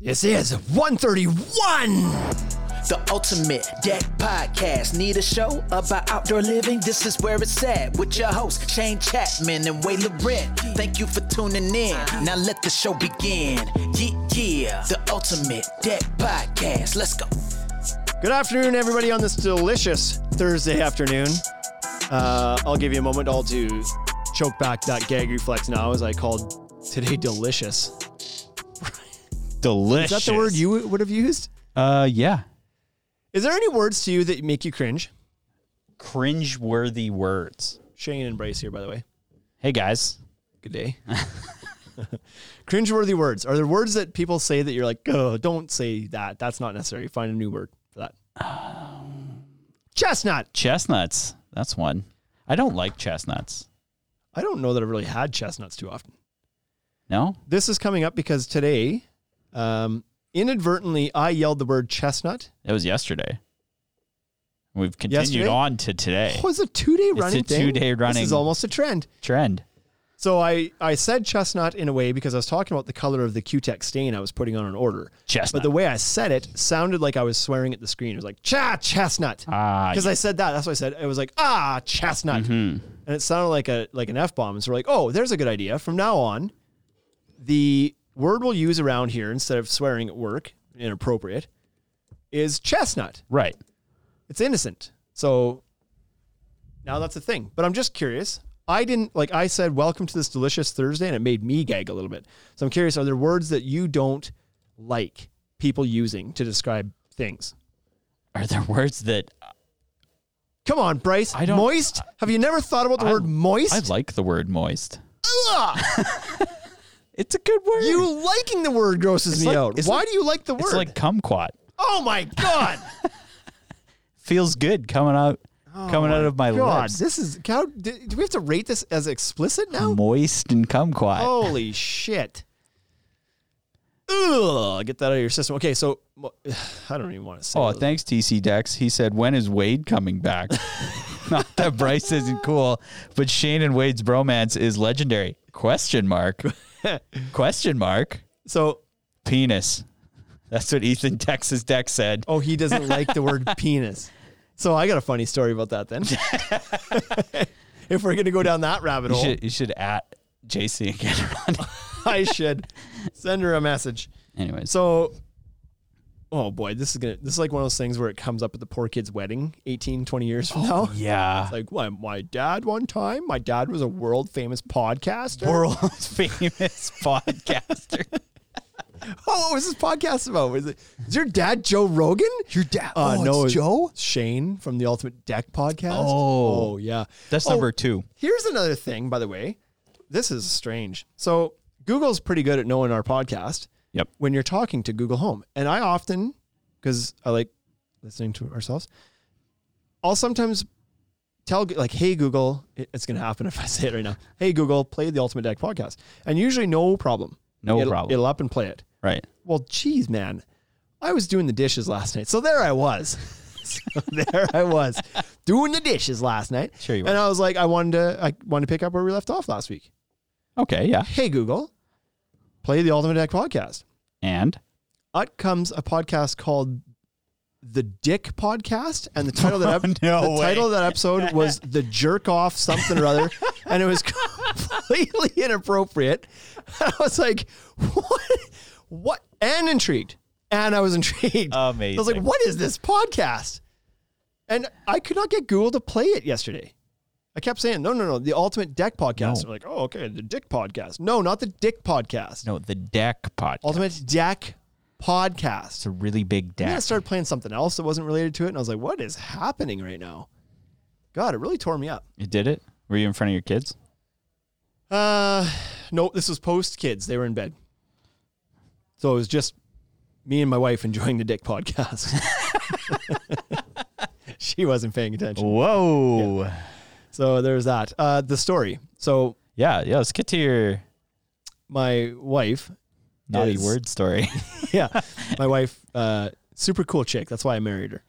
This is 131! The Ultimate Deck Podcast. Need a show about outdoor living? This is where it's at with your hosts, Shane Chapman and Way Loren. Thank you for tuning in. Now let the show begin. Yeah, yeah. The Ultimate Deck Podcast. Let's go. Good afternoon, everybody, on this delicious Thursday afternoon. Uh, I'll give you a moment all to choke back that gag reflex now as I called today delicious. delicious. Is that the word you would have used? Uh, yeah. Is there any words to you that make you cringe? Cringe-worthy words. Shane and Bryce here, by the way. Hey guys. Good day. Cringeworthy words. Are there words that people say that you're like, oh, don't say that? That's not necessary. Find a new word for that. Um. Chestnut. Chestnuts. That's one. I don't like chestnuts. I don't know that I've really had chestnuts too often. No. This is coming up because today, um, inadvertently, I yelled the word chestnut. It was yesterday. We've continued Yesterday? on to today. Oh, it's a two day running a thing. two-day running. This is almost a trend. Trend. So I, I said chestnut in a way because I was talking about the color of the Q-Tech stain I was putting on an order. Chestnut. But the way I said it sounded like I was swearing at the screen. It was like, cha, chestnut. Ah, Because I said that. That's what I said. It was like, ah, chestnut. And it sounded like a like an F bomb. And so we're like, oh, there's a good idea. From now on, the word we'll use around here instead of swearing at work, inappropriate, is chestnut. right. It's innocent. So now that's a thing. But I'm just curious. I didn't like I said welcome to this delicious Thursday and it made me gag a little bit. So I'm curious, are there words that you don't like people using to describe things? Are there words that Come on, Bryce. I don't- moist? Have you never thought about the I- word moist? I like the word moist? Ugh! It's a good word. you liking the word grosses me like- out. it's Why like- do you like the word? It's like kumquat. oh my god. Feels good coming out coming out of my Oh god, lips. this is how do, do we have to rate this as explicit now? Moist and kumquat. Holy shit. Ugh, get that out of your system. Okay, so mo- I don't even want to say. Oh, those. thanks, TC Dex. He said, When is Wade coming back? Not that Bryce isn't cool, but Shane and Wade's bromance is legendary. Question mark. Question mark. so, Penis. That's what Ethan Texas Dex said. oh, he doesn't like the word penis. So I got a funny story about that then. if we're gonna go down that rabbit You hole, should you should at JC again. I should send her a message. Anyways. So, oh boy, this is gonna this is like one of those things where it comes up at the poor kid's wedding 18, 20 years from now. Oh, yeah. It's like, why my dad one time, my dad was a world famous podcaster. World famous podcaster. Oh, what was this podcast about? Was it, is your dad Joe Rogan? Your dad? Uh, oh, no, it's Joe Shane from the Ultimate Deck Podcast. Oh. yeah, That's Oh, number two. Here's another thing, by the way. This is strange. So Google's pretty good at knowing our podcast Yep. when you're talking to Google Home, and I often, because I like listening to ourselves, I'll sometimes tell Go- like, "Hey Google," it- it's gonna happen if I say it right now. Hey Google, play the Ultimate Deck Podcast, and usually no problem. No It'll- problem. It'll up and play it. Right. Well, geez, man, I was doing the dishes last night. So there I was. so there I was doing the dishes last night. Sure you And I was like, I wanted to, I wanted to pick up where we left off last week. Okay, yeah. Hey Google, play the Ultimate Deck podcast. And Up comes a podcast called the Dick Podcast, and the title of that ep- No the way. title of that episode was the Jerk Off something or other, and it was completely inappropriate. And I was like, what? What? And intrigued, and I was intrigued. I was like, Amazing. what is this podcast? And I could not get Google to play it yesterday. I kept saying, no, no, no, the Ultimate Deck Podcast. I'm like, oh, okay, the Dick Podcast. No, not the Dick Podcast. no, the deck podcast. Ultimate Deck Podcast. it's a really big And then I deck. started playing something else that wasn't related to it, and I was like, "What is happening right now?" God, it really tore me up. You did it? Were you in front of your kids? Uh, no, this was post kids; they were in bed, so it was just me and my wife enjoying the Dick podcast. she wasn't paying attention, Whoa. so there's that. Uh, the story. So Yeah, yeah. Let's get to your my wife, naughty Yes. word story. yeah, my wife, uh, super cool chick. That's why I married her.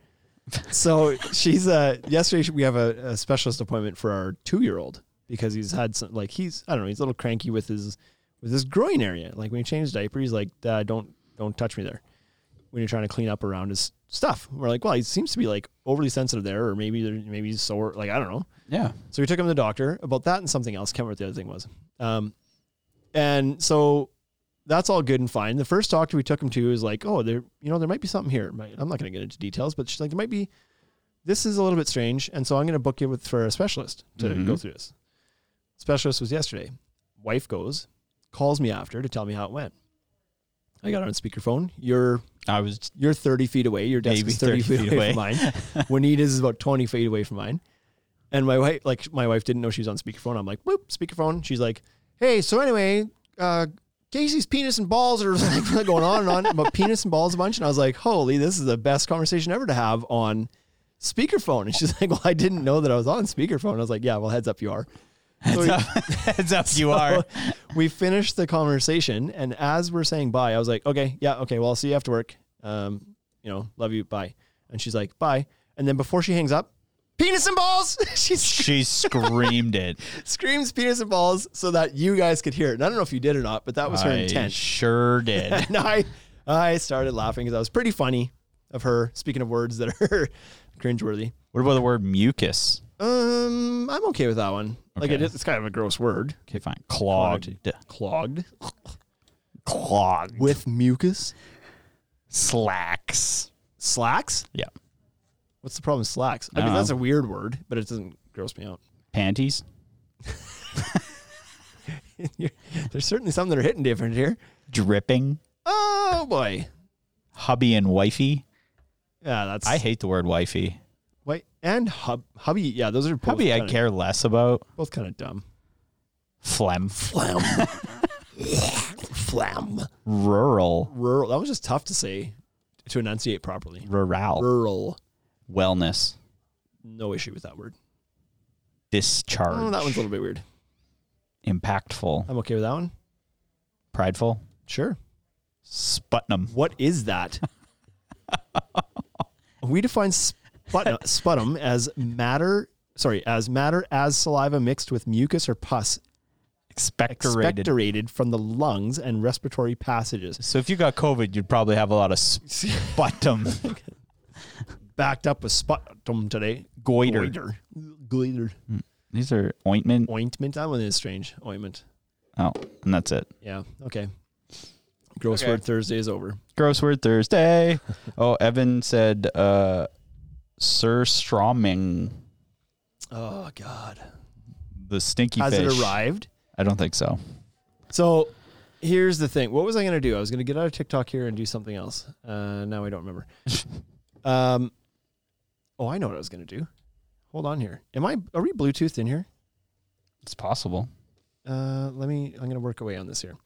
So she's uh yesterday she- we have a, a specialist appointment for our two year old because he's had some like he's I don't know he's a little cranky with his with his groin area like when he changed diaper he's like Dad, don't don't touch me there. When you're trying to clean up around his stuff, we're like, well, he seems to be like overly sensitive there, or maybe there- maybe he's sore. Like I don't know. Yeah. So we took him to the doctor about that and something else. Can't remember what the other thing was. Um, and so that's all good and fine. The first doctor we took him to is like, oh, there, you know, there might be something here. Might- I'm not going to get into details, but she's like, there might be. This is a little bit strange, and so I'm going to book you with for a specialist to go through this. Specialist was yesterday. Wife goes, calls me after to tell me how it went. I got on speakerphone. You're I was you're 30 feet away. Your desk Maybe is 30, feet, away, from mine. Juanita's is about 20 feet away from mine. And my wife, like my wife didn't know she was on speakerphone. I'm like, boop, speakerphone. She's like, hey, so anyway, uh, Casey's penis and balls are like going on and on about penis and balls a bunch. And I was like, holy, this is the best conversation ever to have on speakerphone. And she's like, well, I didn't know that I was on speakerphone. I was like, yeah, well, heads up, you are. So we- heads up you are. we finished the conversation, and as we're saying bye, I was like, okay, yeah, okay, well, I'll see you after work. Um, you know, love you, bye. And she's like, bye. And then before she hangs up, penis and balls. she sc- She screamed it. screams penis and balls so that you guys could hear it. And I don't know if you did or not, but that was her I intent. Sure did. and I, I started laughing because I was pretty funny of her. Speaking of words that are cringeworthy, What about the word mucus? um, I'm okay with that one. Like it Okay. is, it's kind of a gross word. Okay, fine. Clogged. Clogged Clogged. with mucus, slacks. slacks. Yeah. What's the problem with slacks? I I mean, don't that's know. a weird word, but it doesn't gross me out. Panties. You're- There's certainly some that are hitting different here. Dripping. Oh boy, Hubby and wifey. yeah, that's I hate the word wifey. wait and hub, hubby. Yeah, those are both Hubby, I kinda- care less about. Both kind of dumb. Phlegm. Flam, flam, Rural. rural. That was just tough to say to enunciate properly. Rural. Rural, Wellness. no issue with that word. Discharge. Oh, that one's a little bit weird. Impactful. I'm okay with that one. Prideful. Sure. Sputnum. What is that? we define sputum, sputum as matter, sorry, as matter as saliva mixed with mucus or pus Expectorated. expectorated from the lungs and respiratory passages, so if you got COVID, you'd probably have a lot of sputum. backed up with sputum today. Goiter. Goiter. Goiter. These are ointment. Ointment. That one is strange. Ointment. Oh, and that's it. Yeah. Okay. Gross word Thursday is over. Gross word Thursday. oh, Evan said uh Sir Stroming, Oh God. the stinky Has fish. it arrived? I don't think so. So here's the thing. What was I going to do? I was going to get out of TikTok here and do something else. Uh, now I don't remember. um, oh, I know what I was going to do. Hold on here. Am I? Are we Bluetoothed in here? It's possible. Uh, let me. I'm going to work away on this here.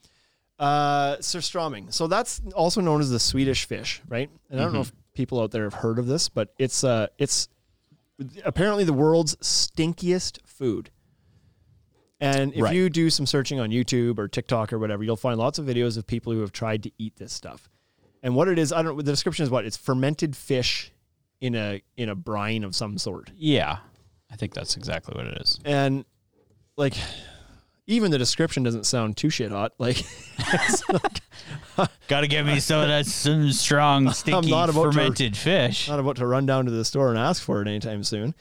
Uh, surströmming. So that's also known as the Swedish fish, right? And I don't know if people out there have heard of this, but it's uh, it's apparently the world's stinkiest food. And if Right. you do some searching on YouTube or TikTok or whatever, you'll find lots of videos of people who have tried to eat this stuff. And what it is, I don't. The description is what it's fermented fish in a in a brine of some sort Yeah. I think that's exactly what it is. and like even the description doesn't sound too shit hot. Like, it's not, Gotta give me some of that some strong, stinky not about to- Uh, fermented fish. not about to run down to the store and ask for it anytime soon.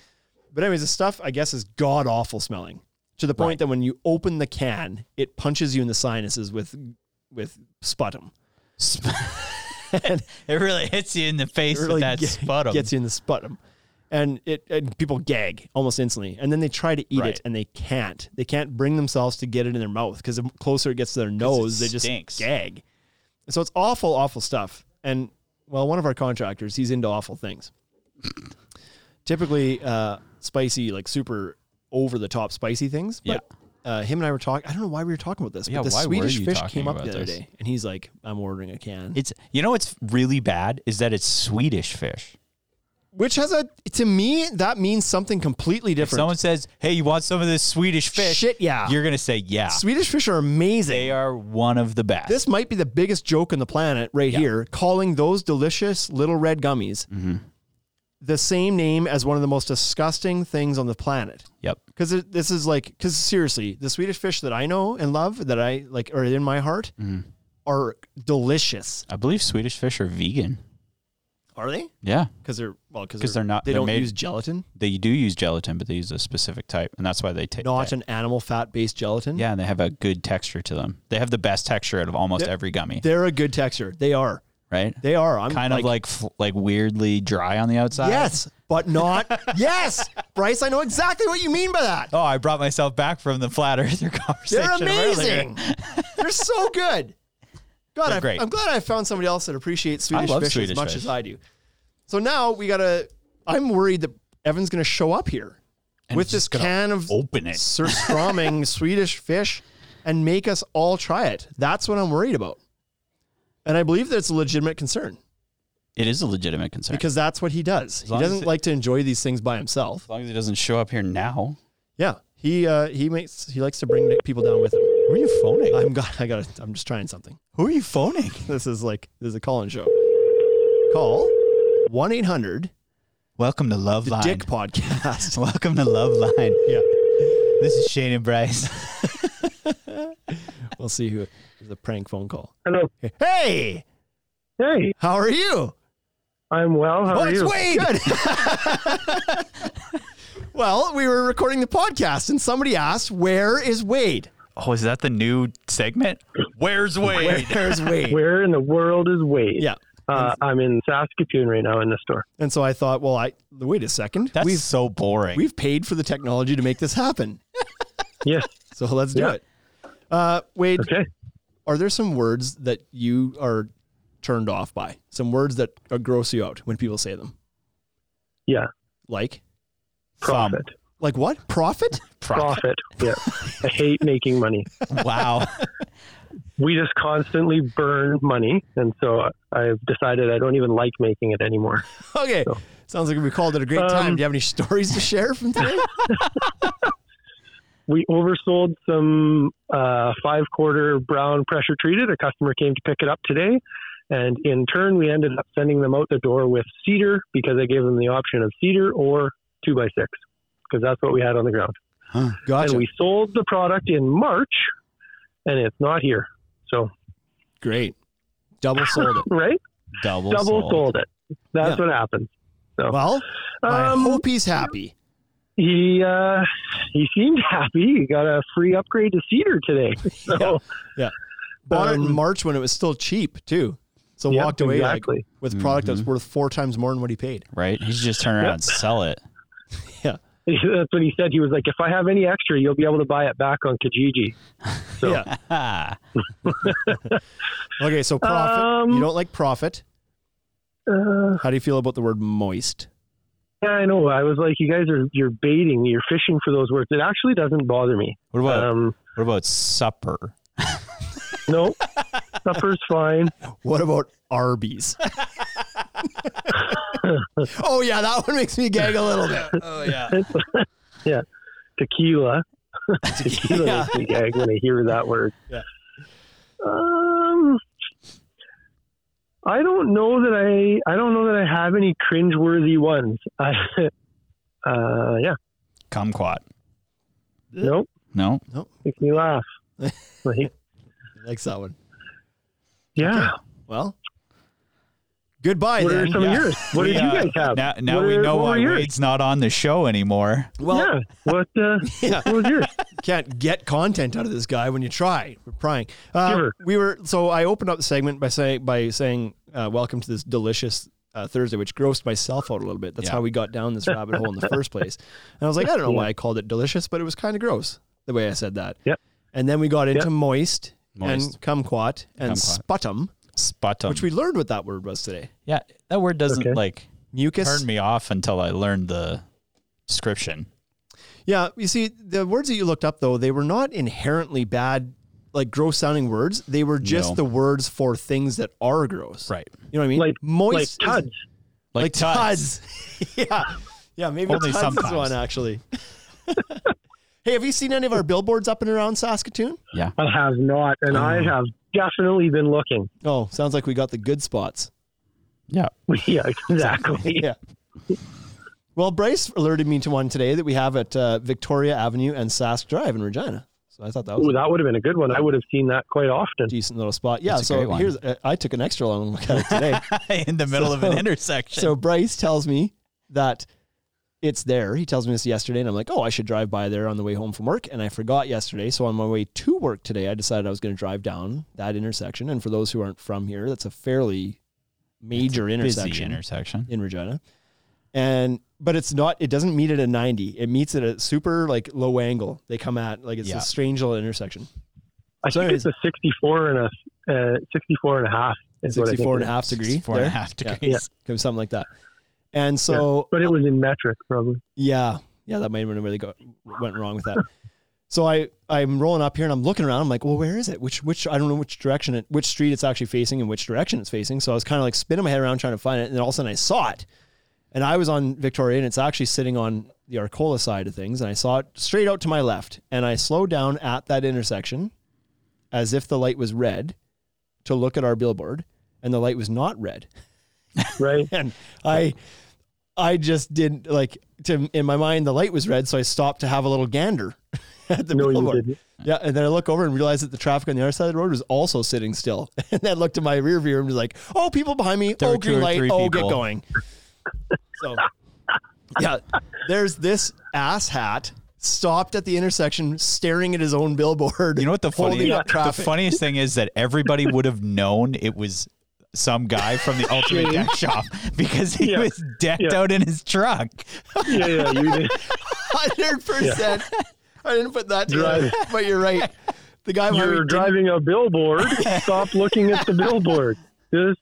But anyways, the stuff I guess is god awful smelling to the point Right. that when you open the can, it punches you in the sinuses with with sputum. it really hits you in the face It really with that ge- sputum. gets you in the sputum. And it and people gag almost instantly, and then they try to eat Right. it, and they can't. They can't bring themselves to get it in their mouth because the closer it gets to their nose, they just stinks. gag. So it's awful, awful stuff. And well, one of our contractors, he's into awful things. Typically, uh, spicy, like super over the top spicy things. But uh, him and I were talking. I don't know why we were talking about this, Yeah, but the why were Swedish you fish talking came up about the other this? day, and he's like, "I'm ordering a can." It's you know what's really bad is that it's Swedish fish. which has a to me that means something completely different. Someone says, "Hey, you want some of this Swedish fish?" Shit, yeah. You're gonna say, "Yeah." Swedish fish are amazing. They are one of the best. This might be the biggest joke on the planet right here, calling those delicious little red gummies Mm-hmm. the same name as one of the most disgusting things on the planet. yep. Because this Mm-hmm. is like, because seriously, the Swedish fish that I know and love that I like are in my heart are delicious. I believe Swedish fish are vegan. Are they? Yeah, Because they're well, because 'Cause they're not- They they're don't made- use gelatin. they do use gelatin, but they use a specific type, and that's why they take Not that. an animal fat based gelatin. Yeah, and they have a good texture to them. They have the best texture out of almost They're- every gummy, They're a good texture. They are. right? They are. I'm kind of like f- like weirdly dry on the outside. yes, but not yes. Bryce, I know exactly what you mean by that. Oh, I brought myself back from the flat earther conversation. They're earlier. amazing. They're so good. God, They're I, great. I'm glad I found somebody else that appreciates Swedish love fish as Swedish much fish. as I do. So now we gotta. I'm worried that Evan's gonna show up here with this just gonna can of Open it. Sir Stroming Swedish fish and make us all try it. That's what I'm worried about. And I believe that's a legitimate concern It is a legitimate concern because that's what he does. He long as doesn't it- like to enjoy these things by himself. as long as it doesn't show up here now. Yeah, he uh, he makes he likes to bring people down with him. Who are you phoning? I'm got I got I'm just trying something. Who are you phoning? This is like this is a call-in show. Call one eight hundred Welcome to Love Line. Dick Podcast. Welcome to Love Line. yeah, This is Shane and Bryce. we'll see who. It's a prank phone call. Hello. Hey, Hey, how are you? I'm well. oh, How are it's you? Wade. Good. well, we were recording the podcast and somebody asked, "Where is Wade? oh, is that the new segment? Where's Wade? Where's Wade?" Where in the world is Wade? Yeah. Uh, I'm in Saskatoon right now in the store. And so I thought, well, I wait a second. That's we've so boring. we've paid for the technology to make this happen, Yes. so let's do Yeah. it. Uh, Wade, Okay. are there some words that you are turned off by? Some words that uh, gross you out when people say them? Yeah. Like, Thumb. Profit. like what? Profit? Profit. Yeah. I hate making money. wow. We just constantly burn money, and so I've decided I don't even like making it anymore. Okay. Sounds like we called it a great time. Um, Do you have any stories to share from today? We oversold some uh, five quarter brown pressure treated. A customer came to pick it up today. And in turn, we ended up sending them out the door with cedar because I gave them the option of cedar or two by six because that's what we had on the ground. Gotcha. and we sold the product in March, and it's not here. So great. Double sold it. right, Double, double sold. sold it. That's Yeah. what happens. Well, I Um, hope he's happy. He uh, he seemed happy. He got a free upgrade to cedar today. So Bought it in um, March when it was still cheap too. So Yep, walked away like, exactly. with product that's worth four times more than what he paid. Right? He should just turn around and sell it. that's what he said. He was like, "If I have any extra, you'll be able to buy it back on Kijiji." So- Yeah. Ah. Okay. So profit. Um, you don't like profit. Uh, How do you feel about the word moist? yeah, I know. I was like, "You guys are you're baiting. You're fishing for those words." It actually doesn't bother me. What about Um, what about supper? no, supper's fine. What about Arby's? oh yeah, that one makes me gag a little bit. Oh yeah. tequila. tequila makes me gag when I hear that word. Yeah. Um, I don't know that I. I don't know that I have any cringeworthy ones. I, uh, yeah. Kumquat. Nope. No. Makes me laugh. Like, Likes that one. yeah. Well, goodbye What are then. some yeah. of yours? What We, did you uh, guys have? Now, now What we are- know what were why yours? Wade's not on the show anymore. Well, yeah. What, uh, Yeah. what was yours? can't get content out of this guy when you try. We're prying. Uh, Sure. We were so I opened up the segment by saying by saying uh, welcome to this delicious uh, Thursday, which grossed myself out a little bit. That's Yeah. how we got down this rabbit hole in the first place. And I was like, I don't know why I called it delicious, but it was kind of gross the way I said that. Yep. And then we got into moist, Moist. and kumquat and Kumquat. Um, sputum, Sputum. which we learned what that word was today. yeah, that word doesn't Okay. like Mucus. turn me off until I learned the description. Yeah, you see, the words that you looked up though, they were not inherently bad, like gross sounding words. They were just No. the words for things that are gross. Right. You know what I mean? Like like moist, is- Tuds. Like, like tuds. tuds. yeah, yeah. Maybe Only tuds is sometimes. one actually. hey, have you seen any of our billboards up and around Saskatoon? I have not, and I have definitely been looking. Oh, sounds like we got the good spots. Yeah. yeah, exactly. Yeah. Well, Bryce alerted me to one today that we have at uh, Victoria Avenue and Sask Drive in Regina. So I thought that was Ooh, a that would have been a good one. I would have seen that quite often. decent little spot. Yeah. That's a great So one. here's uh, I took an extra long look at it today. in the middle of So- an intersection. so Bryce tells me that it's there. He tells me this yesterday, and I'm like, oh, I should drive by there on the way home from work. And I forgot yesterday. So on my way to work today, I decided I was going to drive down that intersection. And for those who aren't from here, that's a fairly major Busy intersection intersection. in Regina. And but it's not it doesn't meet at a 90. It meets at a super like low angle. They come at like it's Yeah. a strange little intersection. I think Sorry, it's a 64 and a uh, 64 and a half. Is what I think 64 and it a is. half degree. Four and a there. half Yeah. degrees. Could be Something like that. And so But it was in metric, probably. Yeah, yeah, that might have been where they go, went wrong with that. So I I'm rolling up here and I'm looking around. I'm like, well, where is it? Which which I don't know which direction it, which street it's actually facing and which direction it's facing. So I was kind of like spinning my head around trying to find it, and then all of a sudden I saw it, and I was on Victoria, and it's actually sitting on the Arcola side of things, and I saw it straight out to my left, and I slowed down at that intersection, as if the light was red, to look at our billboard, and the light was not red Right. and I I just didn't like to in my mind the light was red, so I stopped to have a little gander at the no, you billboard. didn't. Yeah, and then I look over and realize that the traffic on the other side of the road was also sitting still. And then I looked to my rear view and was like, "Oh, people behind me! There oh, were two green or light! three Oh, people. get going!" So, yeah, there's this asshat stopped at the intersection, staring at his own billboard. You know what the funny, holding up the traffic. funniest thing is that everybody would have known it was some guy from the Ultimate Deck Shop because he Yeah. was decked Yeah. out in his truck. Yeah, yeah, you did. Hundred percent. I didn't put that together, Drive. but you're right. The guy behind me You're didn't driving a billboard. Stop looking at the billboard. Just,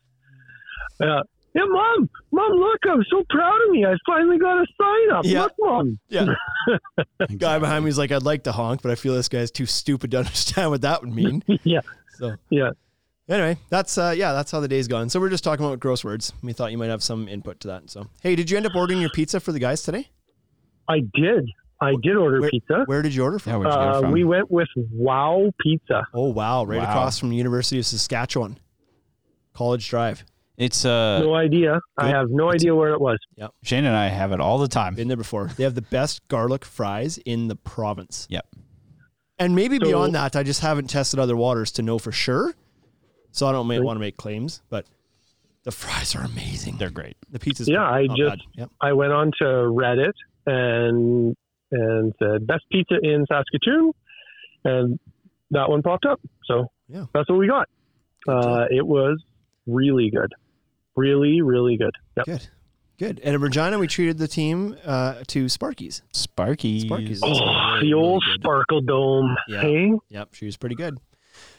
yeah. Yeah, mom, mom, look! I'm so proud of me. I finally got a sign up. Yeah. Look, mom. Yeah. Guy behind me's like, I'd like to honk, but I feel this guy's too stupid to understand what that would mean. Yeah, So yeah. anyway, that's uh yeah, that's how the day's gone. So we're just talking about gross words. We thought you might have some input to that. So hey, did you end up ordering your pizza for the guys today? I did. I did order Where, pizza. Where did you order from? where'd you get it uh, from? we went with Wow Pizza. Oh wow, right Wow. across from the University of Saskatchewan. College Drive. it's uh, No idea. I have no idea where it was. Shane and I have it all the time. Been there before. They have the best garlic fries in the province. Yep. And maybe So- beyond that, I just haven't tested other waters to know for sure. So I don't ma- want to make claims, but the fries are amazing. They're great. the pizza's Yeah, I not just- bad. Yep. I went on to Reddit and and said best pizza in Saskatoon, and that one popped up. So Yeah. that's what we got. Uh, it was really good, really really good. Yep. Good. Good. And in Regina, we treated the team uh, to Sparky's. Sparky. Sparky's. Oh, is really, the really old good. Sparkle Dome. Yeah. Hey, Yep, she was pretty good.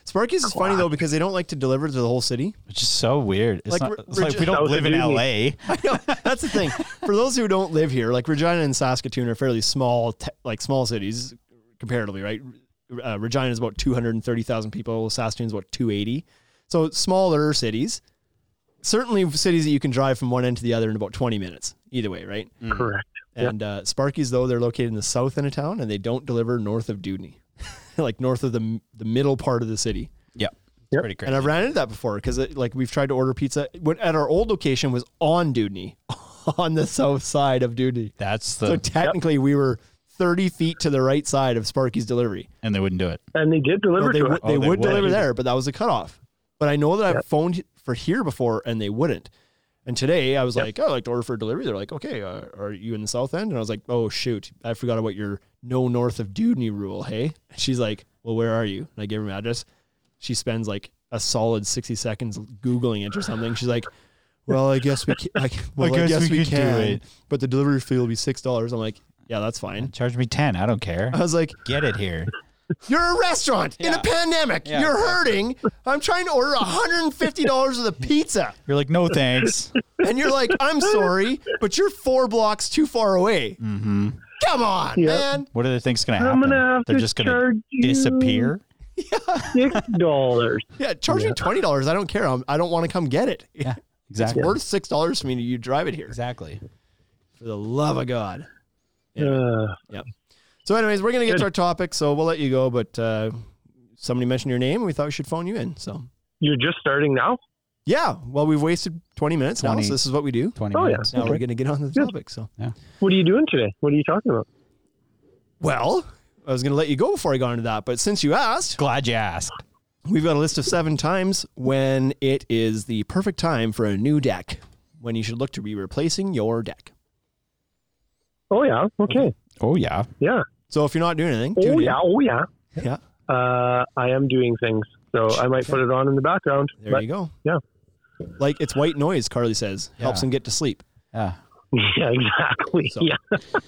Sparky's is funny though because they don't like to deliver to the whole city. Which is so weird. It's Like, not, we're- it's we're like just- we don't That was live a in new LA. I know that's the thing. For those who don't live here, like Regina and Saskatoon are fairly small, te- like small cities comparatively, right? Uh, Regina is about two hundred and thirty thousand people. Saskatoon is about two eighty. So smaller cities, certainly cities that you can drive from one end to the other in about twenty minutes. Either way, right? correct. Yeah. And uh, Sparky's though they're located in the south end of town, and they don't deliver north of Dudney, like north of the the middle part of the city. Yep. It's Yep. Pretty great. And I've ran into that before because like we've tried to order pizza when, at our old location was on Dudney, on the south side of Dudney. That's the So technically, we were thirty feet to the right side of Sparky's delivery. and they wouldn't do it. And they did deliver No, they to would us. they Oh, they would would. deliver there, but that was a cutoff. But I know that I've phoned for here before and they wouldn't. And today I was like, oh, I like to order for delivery. They're like, okay, uh, are you in the south end? And I was like, oh shoot, I forgot about your no north of Dudney rule. Hey, And she's like, well, where are you? And I gave her my address. She spends like a solid sixty seconds googling it or something. She's like, well, I guess we can. I, well, I guess, we, could do can, it. but the delivery fee will be six dollars. I'm like, yeah, that's fine. Charge me 10. I don't care. I was like, Get it here. you're a restaurant in a Yeah. pandemic. Yeah, You're exactly. hurting. I'm trying to order $150 of the pizza. You're like, no thanks. And you're like, I'm sorry, but you're four blocks too far away. mm-hmm. Come on, Yeah. man. What do they think's going to I'm happen? gonna have They're to just going charge to disappear. you six dollars. Yeah, charge me $20. I don't care. I'm, I don't want to come get it. Yeah, It's exactly. worth $6 for me to you drive it here. Exactly. For the love of God. Yeah. Uh, So, anyways, we're going to get Good. to our topic. So, we'll let you go. But uh, somebody mentioned your name. We thought we should phone you in. So, you're just starting now. yeah. Well, we've wasted 20 minutes now. 20. So, this is what we do. 20 Oh yeah. minutes. Now we're Okay. going to get on to the Good. topic. So, What are you doing today? What are you talking about? Well, uh, I was going to let you go before I got into that, but since you asked, Glad you asked. We've got a list of seven times when it is the perfect time for a new deck, when you should look to be replacing your deck. Oh yeah. Okay. Oh yeah. Yeah. So if you're not doing anything, Oh tune in. yeah. Oh yeah. yeah, Uh, I am doing things, so I might put it on in the background. there but- you go. yeah. like it's white noise. Carly says helps Yeah. him get to sleep. Yeah. Yeah. Exactly. So- Yeah.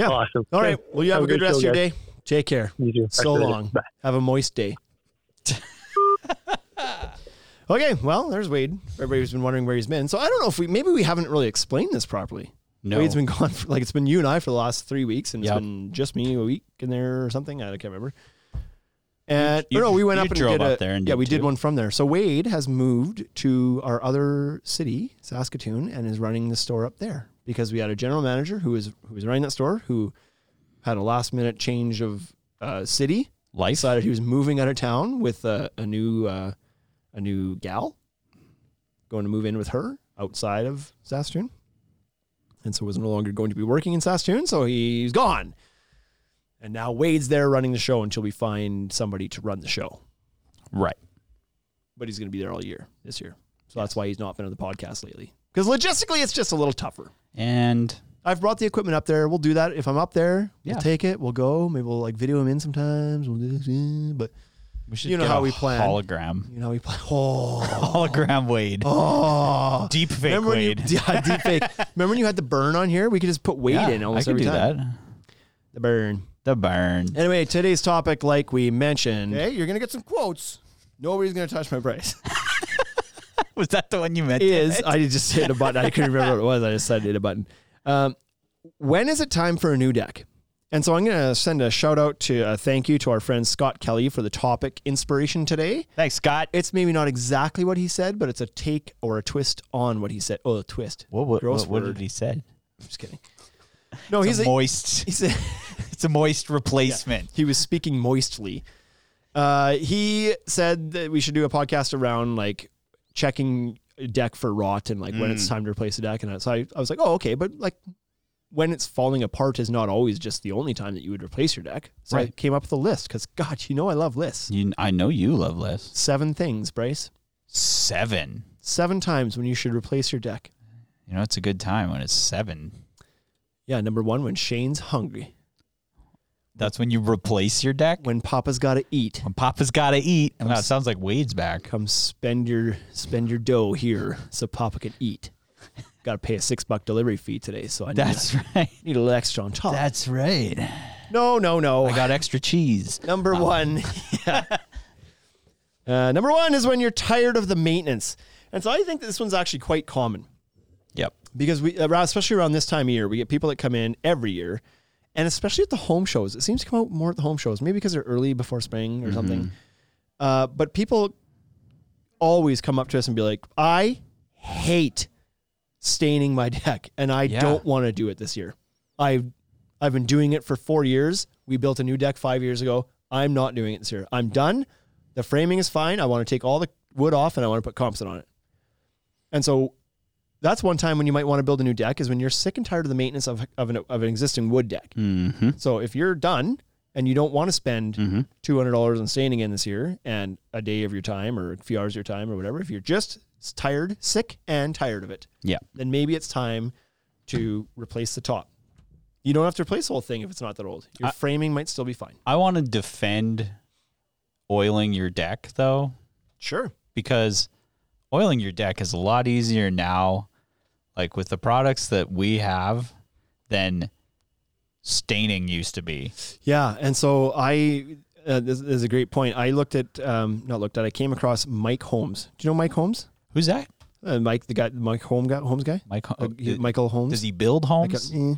Yeah. Awesome. All right. Thanks. Well, you have, a good, rest of show, your guys. day. Take care. You too. So Talk to you later. long. Bye. Have a moist day. okay. Well, there's Wade. Everybody's been wondering where he's been. So I don't know if we maybe we haven't really explained this properly. No. Wade's been gone for like it's been you and I for the last three weeks, and it's Yep. been just me a week in there or something. I can't remember. And You- Uh, or no, we went you up and drove did up a- there and yeah, did we did two. one from there. So Wade has moved to our other city, Saskatoon, and is running the store up there because we had a general manager who was who was running that store who had a last minute change of uh, city, Life. decided he was moving out of town with a, a new uh, a new gal, going to move in with her outside of Saskatoon, and so was no longer going to be working in Saskatoon, so he's gone. And now Wade's there running the show until we find somebody to run the show. Right. But he's going to be there all year this year, so that's why he's not been on the podcast lately. Because logistically, it's just a little tougher. And I've brought the equipment up there. We'll do that if I'm up there. Yeah. We'll take it. We'll go. Maybe we'll like video him in sometimes. We'll do this, but we should You know get how a we plan. hologram. You know, he play. Oh, Hologram Wade. oh. Deep fake Remember when, you, Wade. yeah, deep fake. Remember when you had the burn on here? We could just put Wade Yeah, in almost I could every do time. that. The burn. The burn. Anyway, today's topic, like we mentioned, Okay, you're gonna get some quotes. Nobody's gonna touch my price. Was that the one you meant? is I just hit a button. I couldn't remember what it was. I just said hit a button. Um, when is it time for a new deck? And so I'm going to send a shout out to a thank you to our friend Scott Kelly for the topic inspiration today. Thanks, Scott. It's maybe not exactly what he said, but it's a take or a twist on what he said. Oh, a twist. What, what, Gross what, what did word. he say? Just kidding. No, It's he's a a, moist. he's a, It's a moist replacement. he was speaking moistly. Uh, he said that we should do a podcast around like checking a deck for rot and like when it's time to replace a deck. And so I, I was like, oh, okay, but like when it's falling apart is not always just the only time that you would replace your deck. So I Right. came up with a list because God, you know, I love lists. You, I know you love lists. Seven things, Bryce. Seven. Seven times when you should replace your deck. You know, it's a good time when it's seven. Yeah, number one, when Shane's hungry, That's when you replace your deck. when Papa's got to eat. When Papa's got to eat. Wow, it sounds like Wade's back. come spend your spend your dough here so Papa can eat. Got to pay a six buck delivery fee today, so I need, That's right. need a little extra on top. That's right. no, no, no. I got extra cheese. number one, Yeah. uh, number one is when you're tired of the maintenance, and so I think that this one's actually quite common Yep. because we, around- especially around this time of year, we get people that come in every year, and especially at the home shows. It seems to come out more at the home shows, maybe because they're early before spring or something. Uh, but people always come up to us and be like, "I hate staining my deck, and I Yeah. don't want to do it this year. I've I've been doing it for four years. We built a new deck five years ago. I'm not doing it this year. I'm done. The framing is fine. I want to take all the wood off, and I want to put composite on it. And so that's one time when you might want to build a new deck is when you're sick and tired of the maintenance of, of, an, of an existing wood deck. Mm-hmm. So if you're done and you don't want to spend Mhm. $200 on staining again this year and a day of your time or a few hours of your time or whatever, if you're just s- tired, sick and tired of it, Yeah. then maybe it's time to replace the top. You don't have to replace the whole thing if it's not that old. Your framing might still be fine. I want to defend oiling your deck, though. Sure. because oiling your deck is a lot easier now, like with the products that we have, than staining used to be. Yeah, and so I uh, this, this is a great point. I looked at um, not looked at. I came across Mike Holmes. Do you know Mike Holmes? Who's that? Uh, Mike, the guy, Mike Holmes guy. Holmes guy. Mike. Uh, Ho- he- Michael Holmes. Does he build Like, homes? eh,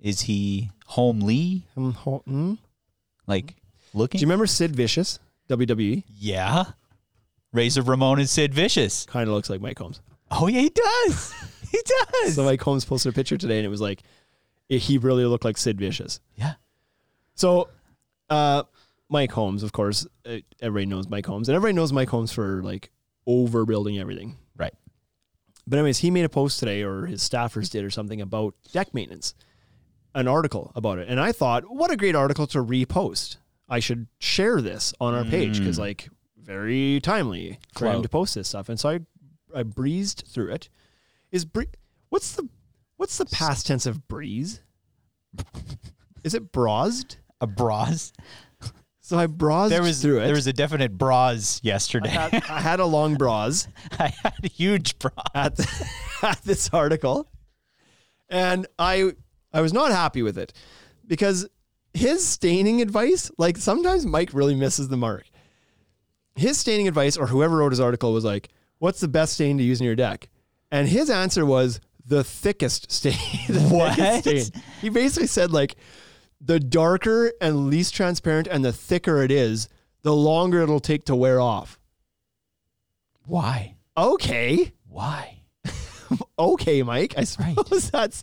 Is he homely? um, Hol- mm. Do Like you looking? remember Sid Vicious? E WWE yeah. Razor Ramon and Sid Vicious. kind of looks like Mike Holmes. Oh yeah, he does. he does. So Mike Holmes posted a picture today, and it was like eh, he really looked like Sid Vicious. yeah. So, uh, Mike Holmes, of course, uh, everybody knows Mike Holmes, and everybody knows Mike Holmes for like overbuilding everything. Right. But anyways, he made a post today, or his staffers did, or something about deck maintenance. an article about it, and I thought, what a great article to repost. I should share this on our page because, like, very timely for him Mm. Clout. to post this stuff. And so I, I breezed through it. Is bre- what's the what's the past tense of breeze? Is it browsed? A bras. So I browsed There was through it. there was a definite bras yesterday. I had, I had a long browse. a huge bra. at, the, at this article, and I I was not happy with it because his staining advice, like sometimes Mike really misses the mark. His staining advice, or whoever wrote his article, was like, "What's the best stain to use in your deck?" And his answer was the thickest stain. the What? thickest stain. He basically said like, the darker and least transparent, and the thicker it is, the longer it'll take to wear off. Why? Okay. Why? okay, Mike. I right. suppose that's.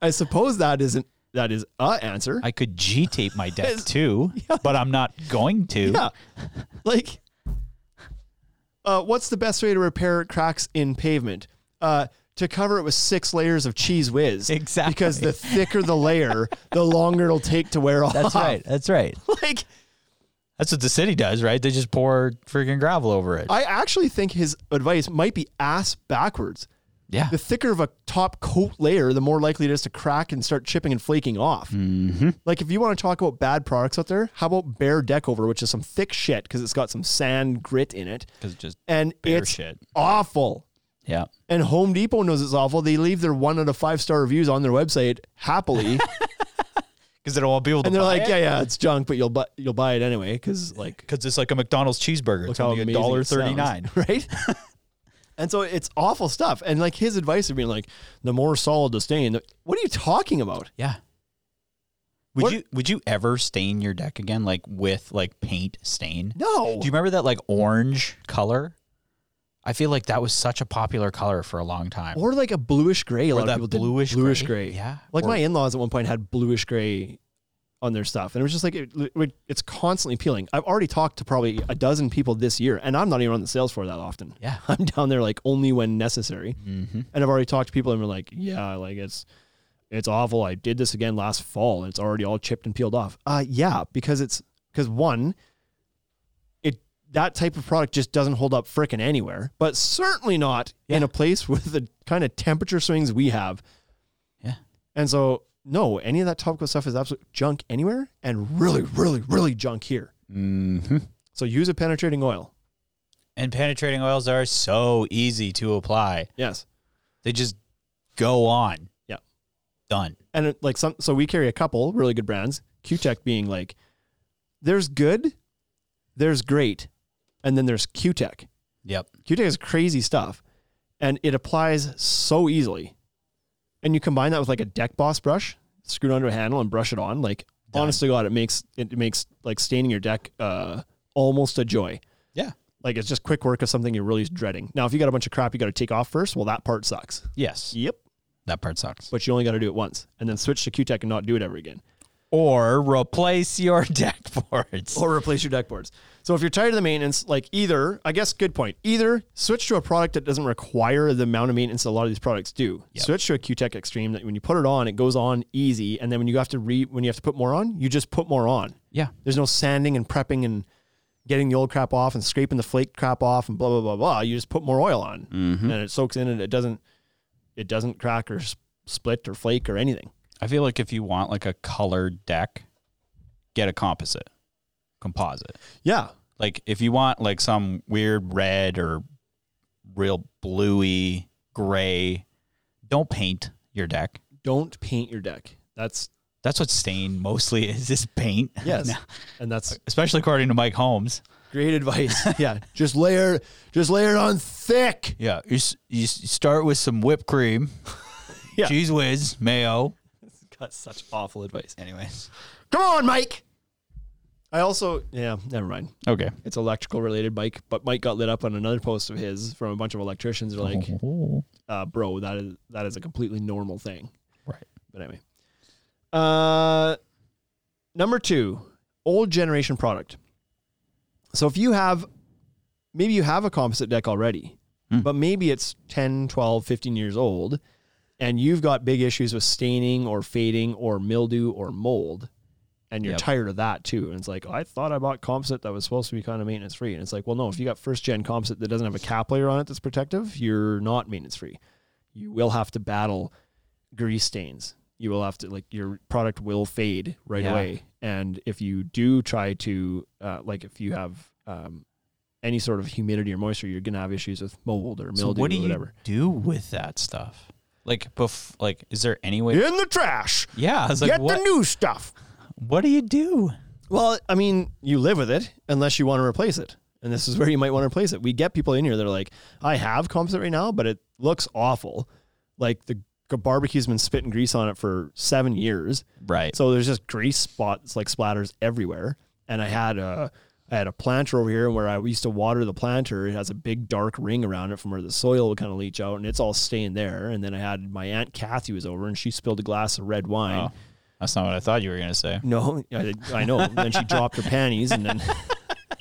I suppose that isn't that is a answer. I could G tape my deck too, but I'm not going to. yeah, like, uh, what's the best way to repair cracks in pavement? Uh, to cover it with six layers of cheese whiz. Exactly. Because the thicker the layer, the longer it'll take to wear off. That's right. That's right. Like, That's what the city does, right? They just pour freaking gravel over it. I actually think his advice might be ass backwards. yeah. the thicker of a top coat layer, the more likely it is to crack and start chipping and flaking off. Mm-hmm. Like if you want to talk about bad products out there, how about Bear Deck Over, which is some thick shit because it's got some sand grit in it, Because just and Bear it's shit. awful. yeah. And Home Depot knows it's awful. They leave their one out of five star reviews on their website happily, Because they don't want people to and they're buy like, it. yeah, yeah, it's junk, but you'll buy you'll buy it anyway because like Because it's like a McDonald's cheeseburger. Look It's how only a amazing dollar it sounds, thirty nine. right? and so it's awful stuff. And like his advice would be like, the more solid the stain. the- What are you talking about? Yeah. Would What- you would you ever stain your deck again, like with like paint stain? No. Do you remember that like orange color? I feel like that was such a popular color for a long time. or like a bluish gray. A Or lot that of people did bluish bluish gray, gray. yeah. Like Or- my in-laws at one point had bluish gray on their stuff, and it was just like it, it- it's constantly peeling. I've already talked to probably a dozen people this year, and I'm not even on the sales floor that often. Yeah. I'm down there like only when necessary, and I've already talked to people, and we're like, yeah, like it's. It's awful. I did this again last fall and it's already all chipped and peeled off. Uh yeah, because it's because one, it that type of product just doesn't hold up frickin' anywhere, but certainly not in a place with the kind of temperature swings we have. Yeah. And so, no, any of that topical stuff is absolute junk anywhere and really, really, really junk here. Mm-hmm. So use a penetrating oil. And penetrating oils are so easy to apply. Yes. They just go on. Yeah. Done. And it, like some, so we carry a couple really good brands, Q-Tech being like, there's good, there's great, and then there's Q-Tech. Yep. Q-Tech is crazy stuff and it applies so easily. And you combine that with like a deck boss brush, screw it onto a handle and brush it on. Like Done. honest to God, it makes it makes like staining your deck uh almost a joy. Yeah. Like it's just quick work of something you're really dreading. Now if you got a bunch of crap you gotta take off first, well that part sucks. Yes. Yep. That part sucks. But you only gotta do it once and then switch to Q Tech and not do it ever again. Or replace your deck boards. or replace your deck boards. So if you're tired of the maintenance, like either, I guess, good point. Either switch to a product that doesn't require the amount of maintenance that a lot of these products do. Yep. Switch to a Q-Tech Extreme that when you put it on, it goes on easy, and then when you have to re, when you have to put more on, you just put more on. yeah. There's no sanding and prepping and getting the old crap off and scraping the flake crap off and blah blah blah blah. You just put more oil on, and it soaks in and it doesn't, it doesn't crack or s- split or flake or anything. I feel like if you want like a colored deck, get a composite. Composite. Yeah, Like if you want like some weird red or real bluey gray, don't paint your deck. don't paint your deck. That's That's what stain mostly is, is paint. yes, Now, and that's Especially according to Mike Holmes. Great advice. Yeah, just layer, just layer it on thick. Yeah. You, s- you s- you start with some whipped cream, Yeah. cheese whiz, mayo. Got such awful advice. Anyways. Come on, Mike. I also, yeah, never mind. Okay. It's electrical related, Mike. But Mike got lit up on another post of his from a bunch of electricians. They're like, uh, "Bro, that is that is a completely normal thing." Right. But anyway, uh, number two, old generation product. So if you have, Hmm. maybe you have a composite deck already, but maybe it's 10, 12, 15 years old and you've got big issues with staining or fading or mildew or mold, and you're Yep. tired of that too. And it's like, I thought I bought composite that was supposed to be kind of maintenance free. And it's like, well, no, if you got first gen composite that doesn't have a cap layer on it that's protective, you're not maintenance free. You will have to battle grease stains. You will have to like your product will fade right Yeah. away. And if you do try to uh, like if you have um, any sort of humidity or moisture, you're gonna have issues with mold or mildew So what do or you whatever. do with that stuff? Like, bef- like, is there any way? In the trash. Yeah, I was like, Get what? the new stuff. what do you do? Well, I mean, you live with it unless you want to replace it. And this is where you might want to replace it. We get people in here that are like, I have composite right now, but it looks awful. Like the g- barbecue's been spitting grease on it for seven years. Right. So there's just grease spots like splatters everywhere. And I had a I had a planter over here where I used to water the planter. It has a big dark ring around it from where the soil would kind of leach out and it's all stained there. And then I had my aunt Kathy was over and she spilled a glass of red wine. Oh, that's not what I thought you were gonna say. No, I, I know. And then she dropped her panties and then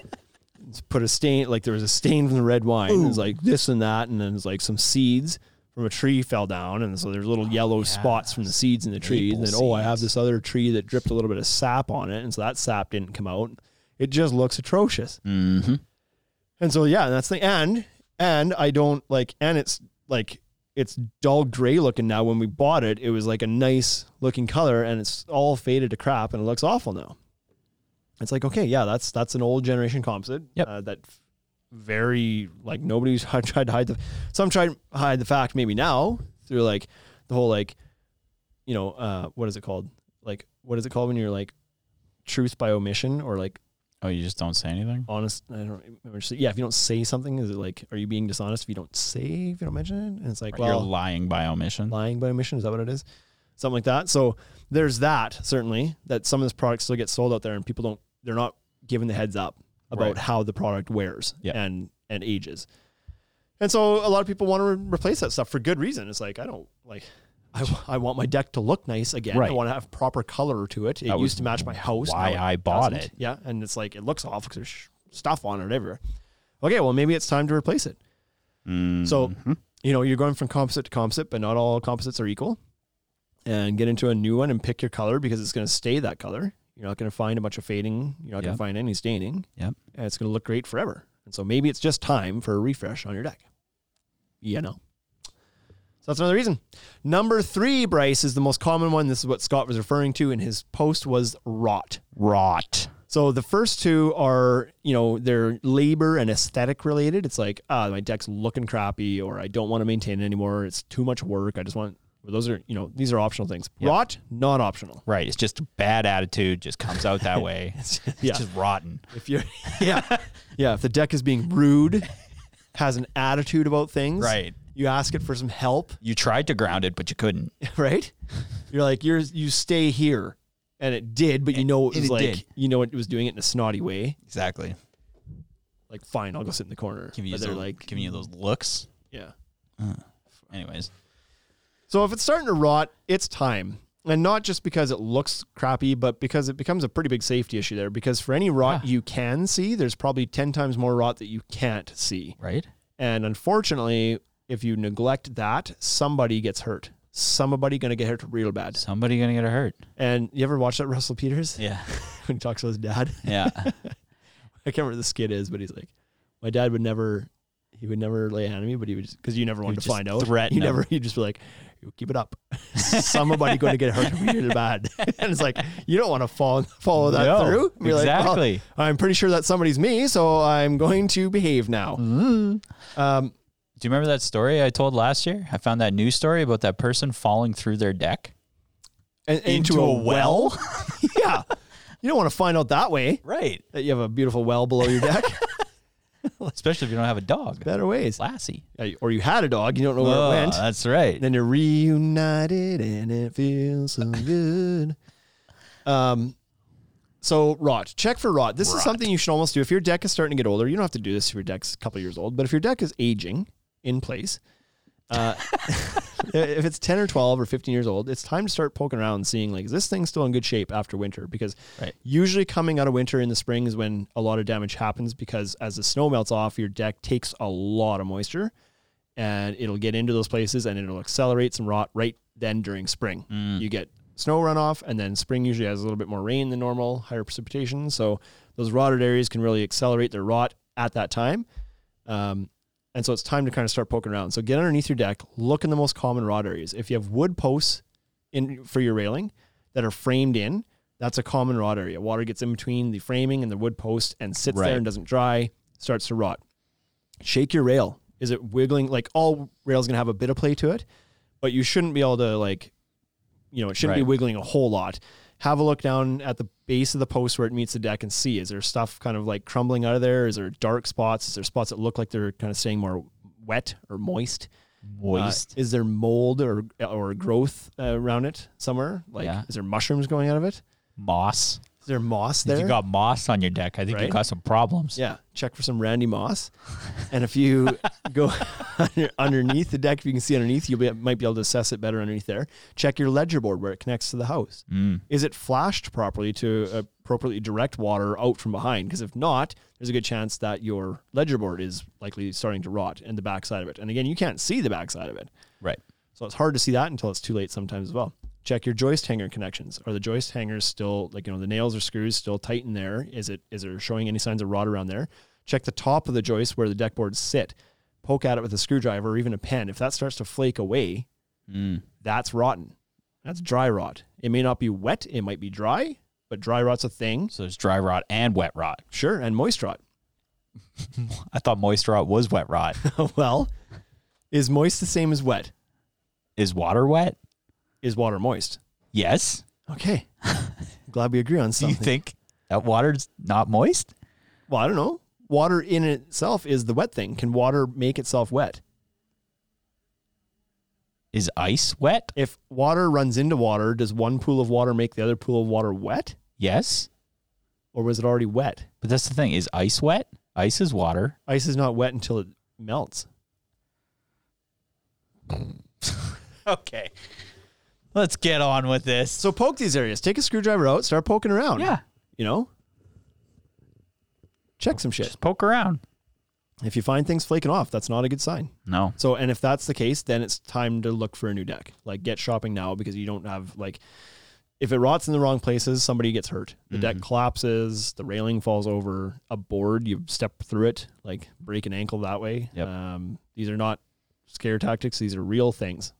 put a stain, like there was a stain from the red wine. It was like this and that. And then it's like some seeds from a tree fell down. And so there's little yellow spots from the seeds in the tree. And then, Maple oh, I have this other tree that dripped a little bit of sap on it. And so that sap didn't come out. It just looks atrocious. Mm-hmm. And so yeah, that's the and and I don't like and it's like it's dull gray looking now. When we bought it, it was like a nice looking color and it's all faded to crap and it looks awful now. It's like okay, yeah, that's that's an old generation composite. Yep. Uh, that f- very like nobody's hi- tried to hide the some tried to hide the fact maybe now through like the whole like you know uh what is it called like what is it called when you're like truth by omission or like Oh, you just don't say anything. honest. I don't remember. So, yeah, if you don't say something, is it like, are you being dishonest if you don't say, if you don't mention it? And it's like, You're well, lying by omission. lying by omission. Is that what it is? Something like that. So there's that certainly that some of this product still gets sold out there, and people don't, they're not given the heads up about Right. how the product wears Yeah. and and ages. And so a lot of people want to re- replace that stuff for good reason. It's like I don't like. I, w- I want my deck to look nice again. Right. I want to have proper color to it. It That was used to match my house. why now I bought doesn't. it. Yeah, and it's like it looks awful because there's sh- stuff on it everywhere. Okay, well maybe it's time to replace it. So Mm-hmm. you know you're going from composite to composite, but not all composites are equal. And get into a new one and pick your color because it's going to stay that color. You're not going to find a bunch of fading. You're not going Yep. to find any staining. Yep. And it's going to look great forever. And so maybe it's just time for a refresh on your deck. You know. So that's another reason. Number three, Bryce, is the most common one. This is what Scott was referring to in his post was rot. Rot. So the first two are, you know, they're labor and aesthetic related. It's like, ah, my deck's looking crappy, or I don't want to maintain it anymore. It's too much work. I just want. well, Those are, you know, these are optional things. Rot, not optional. Right. It's just a bad attitude. Just comes out that way. it's yeah. just rotten. If you're, yeah, yeah. If the deck is being rude, has an attitude about things, Right. You ask it for some help, You tried to ground it, but you couldn't. right? You're like, you're you stay here, and it did, but you know it And was it like, did. you know, it was doing it in a snotty way. Exactly. Like, fine, I'll go sit in the corner. Giving you But they're those, like, giving you those looks. yeah. Anyways, So if it's starting to rot, it's time. And not just because it looks crappy, but because it becomes a pretty big safety issue there. Because for any rot you can see, there's probably 10 times more rot that you can't see. right? And unfortunately, if you neglect that, somebody gets hurt. Somebody going to get hurt real bad. Somebody gonna get hurt. And you ever watch that Russell Peters Yeah. when he talks to his dad? Yeah. I can't remember what the skit is, but he's like, my dad would never, he would never lay a hand on me, but he would just, because you never wanted to just find out. threaten You him. never, he'd just be like, "You keep it up. Somebody going to get hurt really bad. and it's like, you don't want to fall, follow that No, through. And you're like, well, exactly. I'm pretty sure that somebody's me, so I'm going to behave now. Mm-hmm. Um, Do you remember that story I told last year? I found that news story about that person falling through their deck. and- into, a well? yeah. You don't want to find out that way Right. that you have a beautiful well below your deck. Especially if you don't have a dog. Better ways. Lassie. Yeah, Or you had a dog, you don't know where Oh, it went. That's right. Then you're reunited and it feels so good. Um, so rot. Check for rot. This is something you should almost do. If your deck is starting to get older, you don't have to do this if your deck's a couple years old, but if your deck is aging in place, uh, if it's 10 or 12 or 15 years old, it's time to start poking around and seeing like, is this thing still in good shape after winter? Because Right. usually coming out of winter in the spring is when a lot of damage happens because as the snow melts off, your deck takes a lot of moisture and it'll get into those places and it'll accelerate some rot right then during spring. You get snow runoff, and then spring usually has a little bit more rain than normal, higher precipitation. So those rotted areas can really accelerate their rot at that time. Um, and so it's time to kind of start poking around. So get underneath your deck, look in the most common rot areas. If you have wood posts in for your railing that are framed in, that's a common rot area. Water gets in between the framing and the wood post and sits Right. there and doesn't dry, starts to rot. Shake your rail. Is it wiggling? Like all rails gonna have a bit of play to it, but you shouldn't be able to like, you know, it shouldn't be Right. wiggling a whole lot. Have a look down at the base of the post where it meets the deck and see is there stuff kind of like crumbling out of there? Is there dark spots? Is there spots that look like they're kind of staying more wet or moist? Uh, Moist. is there mold or or growth uh, around it somewhere? Like, Yeah. is there mushrooms going out of it? moss. Is there moss If there? you got moss on your deck, I think you Right? got some problems. yeah, check for some randy moss. And if you go under, underneath the deck, if you can see underneath, you will be might be able to assess it better underneath there. Check your ledger board where it connects to the house. Is it flashed properly to appropriately direct water out from behind? Because if not, there's a good chance that your ledger board is likely starting to rot in the backside of it. And again, you can't see the backside of it. Right. So it's hard to see that until it's too late sometimes as well. Check your joist hanger connections. Are the joist hangers still like you know the nails or screws still tight in there? Is it is there showing any signs of rot around there? Check the top of the joist where the deck boards sit. Poke at it with a screwdriver or even a pen. If that starts to flake away, Hmm. that's rotten. That's dry rot. It may not be wet, it might be dry, but dry rot's a thing. So there's dry rot and wet rot. Sure, and moist rot. I thought moist rot was wet rot. well, is moist the same as wet? Is water wet? Is water moist? Yes. Okay. Glad we agree on Do you something. think that water's not moist? Well, I don't know. Water in itself is the wet thing. Can water make itself wet? Is ice wet? If water runs into water, does one pool of water make the other pool of water wet? Yes. Or was it already wet? But that's the thing. Is ice wet? Ice is water. Ice is not wet until it melts. Okay. Let's get on with this. So poke these areas. Take a screwdriver out, start poking around. yeah. You know? Check some shit. Just poke around. If you find things flaking off, that's not a good sign. No. So, and if that's the case, then it's time to look for a new deck. Like, get shopping now because you don't have like, if it rots in the wrong places, somebody gets hurt. The deck collapses, the railing falls over, a board you step through it, like break an ankle that way. Yep. Um, these are not scare tactics; these are real things.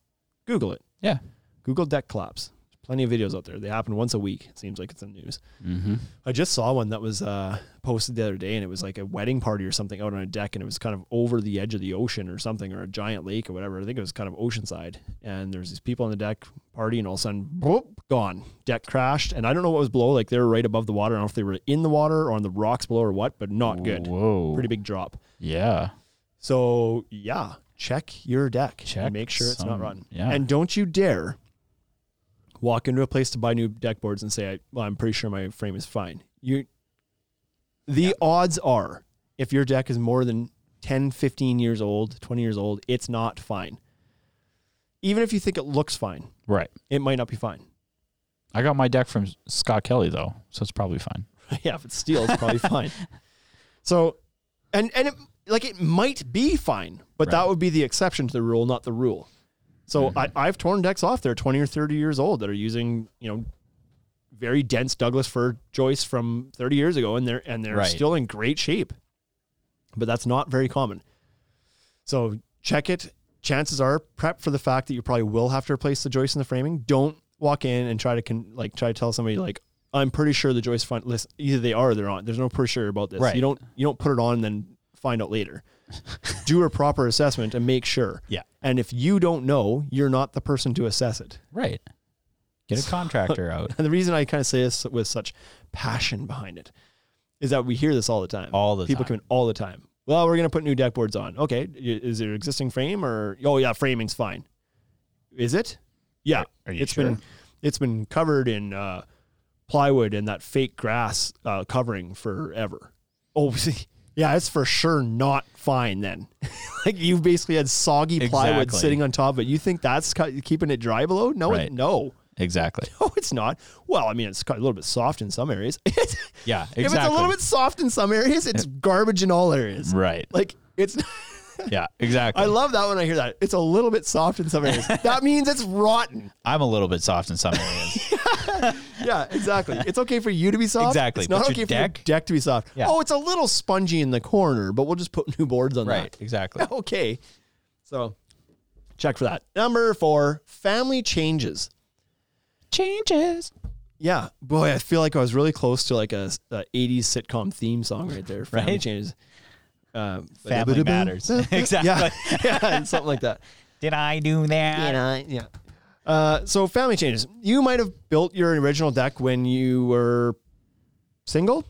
Google it. Yeah. Google deck collapse. There's plenty of videos out there. They happen once a week. It seems like it's in the news. I just saw one that was uh, posted the other day, and it was like a wedding party or something out on a deck, and it was kind of over the edge of the ocean or something, or a giant lake or whatever. I think it was kind of oceanside, and there's these people on the deck party, and all of a sudden, boop, gone. Deck crashed, and I don't know what was below. Like they were right above the water. I don't know if they were in the water or on the rocks below or what, but not good. Whoa. Pretty big drop. Yeah. So yeah, check your deck. and Check make sure it's some- not rotten. yeah. And don't you dare walk into a place to buy new deck boards and say, I, "Well, I'm pretty sure my frame is fine." You, the odds are, if your deck is more than 10, 15 years old, 20 years old, it's not fine. Even if you think it looks fine, Right. it might not be fine. I got my deck from Scott Kelly though, so it's probably fine. yeah, if it's steel, it's probably fine. So, and and it, like it might be fine, but that Right. Mm-hmm. would be the exception to the rule, not the rule. So I, I've torn decks off that are twenty or thirty years old that are using you know very dense Douglas fir joists from thirty years ago, and they're and they're Right. still in great shape. But that's not very common. So check it. Chances are, prep for the fact that you probably will have to replace the joist in the framing. Don't walk in and try to con- like try to tell somebody like I'm pretty sure the joist find listen, either they are or they're not. There's no pretty sure about this. Right. You don't you don't put it on and then find out later. Do a proper assessment and make sure. Yeah. And if you don't know, you're not the person to assess it. Right. Get a contractor out And the reason I kind of say this with such passion behind it is that we hear this all the time. All the people time. come in all the time. Well, we're going to put new deck boards on. Okay, i- is there existing frame or oh yeah, framing's fine. Is it? Yeah, Are- are you It's been sure? it's been covered in uh, plywood and that fake grass uh, covering forever. Oh, see, yeah, it's for sure not fine then. like you basically had soggy plywood Exactly. sitting on top of it. You think that's cu- keeping it dry below? No, it- Right. no. Exactly. No, Oh, it's not. Well, I mean, it's got a little bit soft in some areas. It's- Yeah, If it's a exactly. little bit soft in some areas, it's garbage in all areas. Right. Like it's Yeah, exactly. I love that when I hear that. It's a little bit soft in some areas. that means it's rotten. I'm a little bit soft in some areas. Yeah, exactly. It's okay for you to be soft. Exactly, It's not but okay your for your deck- deck to be soft. Yeah. Oh, it's a little spongy in the corner, but we'll just put new boards on right, that. exactly. Okay. So check for that. Number four, family changes. Changes. Yeah, boy, I feel like I was really close to like a, a '80s sitcom theme song right there. Family Right? changes, uh, Family matters. exactly. Yeah, yeah, something like that. Did I do that? yeah. Uh, so family changes. You might have built your original deck when you were single,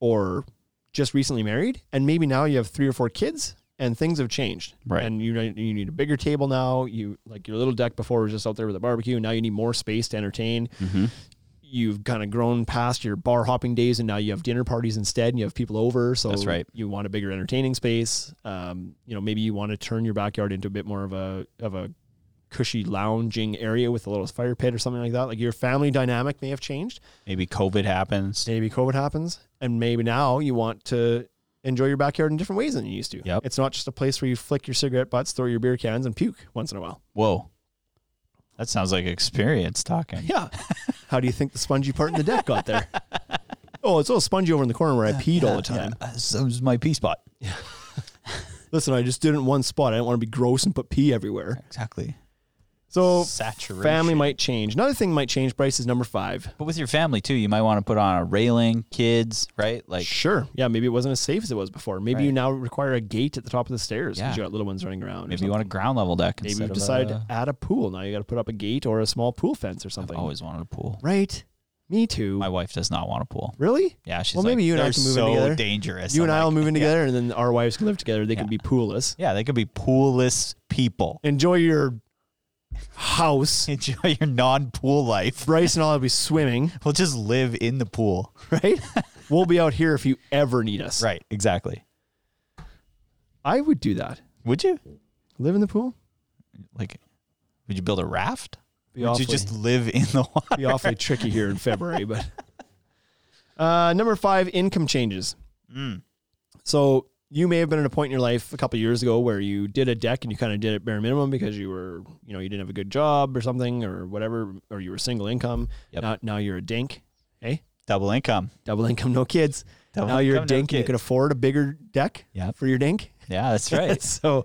or just recently married, and maybe now you have three or four kids, and things have changed. Right. And you need- you need a bigger table now. You like your little deck before was just out there with a barbecue. Now you need more space to entertain you've kind of grown past your bar hopping days and now you have dinner parties instead and you have people over so That's right. you want a bigger entertaining space um, you know maybe you want to turn your backyard into a bit more of a of a cushy lounging area with a little fire pit or something like that like your family dynamic may have changed Maybe COVID happens. maybe covid happens and maybe now you want to enjoy your backyard in different ways than you used to Yep. it's not just a place where you flick your cigarette butts throw your beer cans and puke once in a while Whoa. That sounds like experience talking. Yeah. How do you think the spongy part in the deck got there? Oh, it's all spongy over in the corner where I peed all the time. Uh, so is my pee spot. Listen, I just did it in one spot. I didn't want to be gross and put pee everywhere. Exactly. So Saturation. family might change. Another thing might change. Bryce is number five. But with your family too, you might want to put on a railing, kids, right? Like Sure. Yeah. Maybe it wasn't as safe as it was before. Maybe you Right. now require a gate at the top of the stairs because Yeah. you got little ones running around. or maybe you want a something. ground level deck. Maybe instead you've of decided a- to add a pool. Now you got to put up a gate or a small pool fence or I've something. always wanted a pool. right. Me too. My wife does not want a pool. really? Yeah, she's Well, like, maybe you and I "They're can move in so together." dangerous. You I'm and I will like, move in "Yeah." together, and then our wives can live together. They can be poolless. Yeah, they could be poolless people. enjoy your house. Enjoy your non-pool life. Bryce and I'll be swimming, We'll just live in the pool. right? we'll be out here if you ever need us. Right, exactly. I would do that. Would you? Live in the pool? Like would you build a raft? Be would awfully, you just live in the water? be awfully tricky here in February, but uh, number five, income changes. Hmm. So you may have been at a point in your life a couple years ago where you did a deck and you kind of did it bare minimum because you were, you know, you didn't have a good job or something or whatever, or you were single income. Yep. Now, now you're a dink. Hey, Double income. double income, no kids. Double now you're a income, no dink and you can kids. afford a bigger deck Yep. for your dink. Yeah, that's right. so